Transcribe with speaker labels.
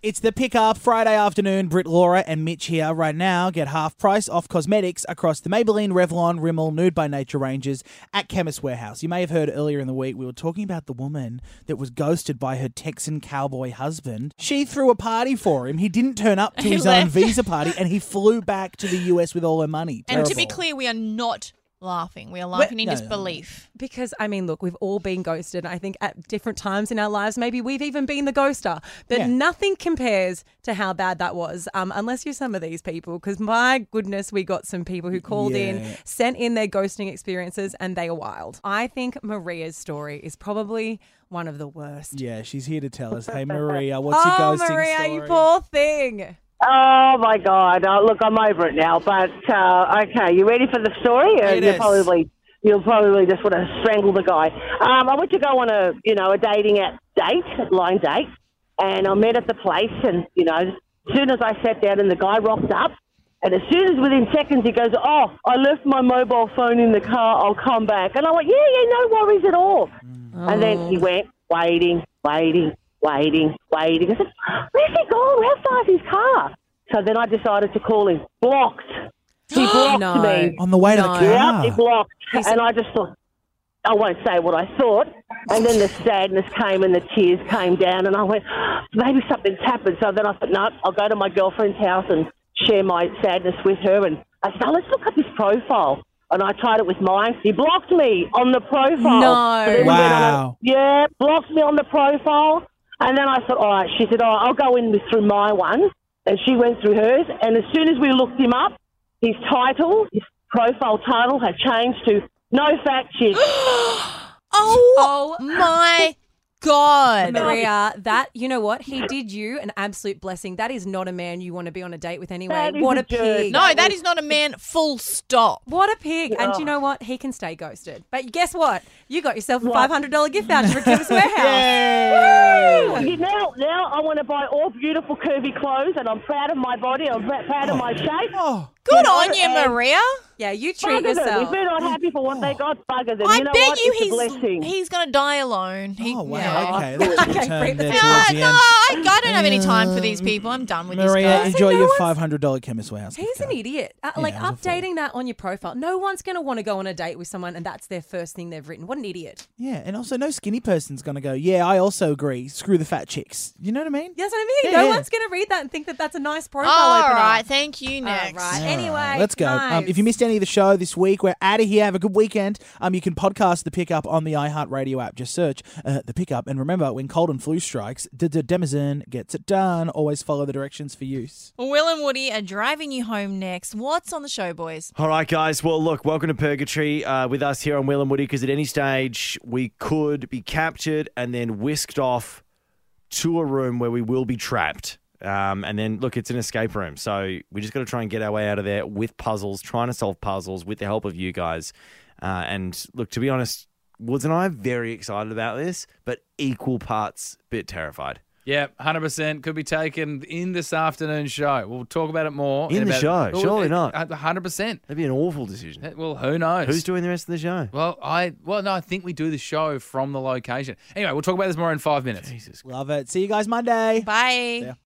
Speaker 1: It's the pickup Friday afternoon. Britt, Laura, and Mitch here right now. Get half price off cosmetics across the Maybelline, Revlon, Rimmel, Nude by Nature ranges at Chemist Warehouse. You may have heard earlier in the week we were talking about the woman that was ghosted by her Texan cowboy husband. She threw a party for him. He didn't turn up to
Speaker 2: He
Speaker 1: his own
Speaker 2: left.
Speaker 1: visa party, and he flew back to the US with all her money.
Speaker 2: And to be
Speaker 1: Terrible.
Speaker 2: clear, we are not laughing. We are laughing in
Speaker 1: no, no, no.
Speaker 2: disbelief.
Speaker 3: Because I mean, look, we've all been ghosted. I think at different times in our lives, maybe we've even been the ghoster. But
Speaker 1: Yeah.
Speaker 3: nothing compares to how bad that was, um, unless you're some of these people. Because my goodness, we got some people who called
Speaker 1: Yeah.
Speaker 3: in, sent in their ghosting experiences, and they are wild. I think Maria's story is probably one of the worst.
Speaker 1: Yeah, she's here to tell us. Hey, Maria, what's your
Speaker 3: oh,
Speaker 1: ghosting
Speaker 3: Maria,
Speaker 1: story?
Speaker 3: you poor thing.
Speaker 4: Oh my God! Oh, look, I'm over it now. But uh, okay, you ready for the story? Uh,
Speaker 1: It
Speaker 4: you'll
Speaker 1: is.
Speaker 4: probably you'll probably just want to strangle the guy. Um, I went to go on a you know a dating at date, blind date, and I met at the place. And you know, as soon as I sat down, and the guy rocked up, and as soon as within seconds he goes, "Oh, I left my mobile phone in the car. I'll come back." And I went, "Yeah, yeah, no worries at all." And then he
Speaker 3: Oh.
Speaker 4: went waiting, waiting, waiting, waiting. I said, Where's he gone? How far's his car? So then I decided to call him. Blocked. He blocked
Speaker 3: Oh. No. Oh
Speaker 4: me.
Speaker 1: On the way to the
Speaker 3: No.
Speaker 4: Yeah,
Speaker 1: car.
Speaker 4: he blocked.
Speaker 3: He's-
Speaker 4: and I just thought, I won't say what I thought. And then the sadness came and the tears came down, and I went, maybe something's happened. So then I thought, no, I'll go to my girlfriend's house and share my sadness with her. And I said, oh, let's look up his profile. And I tried it with mine. He blocked me on the profile.
Speaker 3: No.
Speaker 4: So then we went on a-
Speaker 1: Wow.
Speaker 4: yeah, blocked me on the profile. And then I thought, all right, she said, oh, I'll go in with, through my one. And she went through hers. And as soon as we looked him up, his title, his profile title had changed to No Fat Chick.
Speaker 2: Oh, my God.
Speaker 3: Maria, that you know what he did you an absolute blessing. That is not a man you want to be on a date with anyway.
Speaker 4: That is
Speaker 3: what
Speaker 4: a
Speaker 3: a,
Speaker 4: jerk.
Speaker 3: pig!
Speaker 2: No, that is not a man. Full stop.
Speaker 3: What a pig. And do you know what? He can stay ghosted. But guess what? You got yourself a $500 gift voucher for Kim's Warehouse.
Speaker 4: You- now, now I want to buy all beautiful curvy clothes, and I'm proud of my body. I'm pr- proud of my shape.
Speaker 1: Oh,
Speaker 2: Good
Speaker 4: know,
Speaker 2: on you,
Speaker 4: and-
Speaker 2: Maria.
Speaker 3: Yeah, you treat
Speaker 4: Bugger them. If
Speaker 3: yourself.
Speaker 4: they're not happy for what they got, bugger them.
Speaker 2: Oh. I
Speaker 4: you know
Speaker 2: bet
Speaker 4: what?
Speaker 2: you
Speaker 4: it's a blessing.
Speaker 2: he's he's gonna die alone. He,
Speaker 1: oh
Speaker 2: Yeah.
Speaker 1: wow. Okay, that's a
Speaker 3: Okay,
Speaker 1: turn
Speaker 3: Brit,
Speaker 1: there
Speaker 3: that's-
Speaker 1: towards
Speaker 2: Ah,
Speaker 1: the
Speaker 2: no,
Speaker 1: end. Um,
Speaker 2: I, I don't have any time for these people. I'm done with
Speaker 1: Maria,
Speaker 2: this. Guy.
Speaker 1: enjoy
Speaker 3: no
Speaker 1: your
Speaker 3: one's-
Speaker 1: five hundred dollar chemist warehouse. gift
Speaker 3: He's an
Speaker 1: card.
Speaker 3: idiot. Uh, like
Speaker 1: it was a fault.
Speaker 3: updating that on your profile. No one's going to want to go on a date with someone and that's their first thing they've written. What an idiot.
Speaker 1: Yeah, and also no skinny person's gonna go. Yeah, I also agree. Screw the fat chicks. You know what I mean?
Speaker 3: That's what I mean.
Speaker 1: Yeah,
Speaker 3: no
Speaker 1: yeah.
Speaker 3: one's going to read that and think that that's a nice profile
Speaker 2: All
Speaker 3: opener.
Speaker 2: right, thank you.
Speaker 3: All
Speaker 2: Next.
Speaker 3: right.
Speaker 1: All right,
Speaker 3: Anyway,
Speaker 1: let's go. Um,
Speaker 3: guys.
Speaker 1: if you missed any of the show this week, we're out of here. Have a good weekend. Um, you can podcast the pickup on the iHeartRadio app. Just search uh, the pickup, and remember, when cold and flu strikes, Demizen gets it done. Always follow the directions for use.
Speaker 2: Will and Woody are driving you home next. What's on the show, boys?
Speaker 5: All right, guys. Well, look, welcome to Purgatory uh, with us here on Will and Woody because at any stage we could be captured and then whisked off to a room where we will be trapped. Um, and then, look, it's an escape room. So we just got to try and get our way out of there with puzzles, trying to solve puzzles with the help of you guys. Uh, and look, to be honest, Woods and I are very excited about this, but equal parts bit terrified.
Speaker 6: Yeah, hundred percent could be taken in this afternoon's show. We'll talk about it more
Speaker 5: In the show, surely not.
Speaker 6: Hundred percent.
Speaker 5: That'd be an awful decision.
Speaker 6: Well, who knows?
Speaker 5: Who's doing the rest of the show?
Speaker 6: Well, I well no, I think we do the show from the location. Anyway, we'll talk about this more in five minutes.
Speaker 1: Love it. See you guys Monday.
Speaker 2: Bye.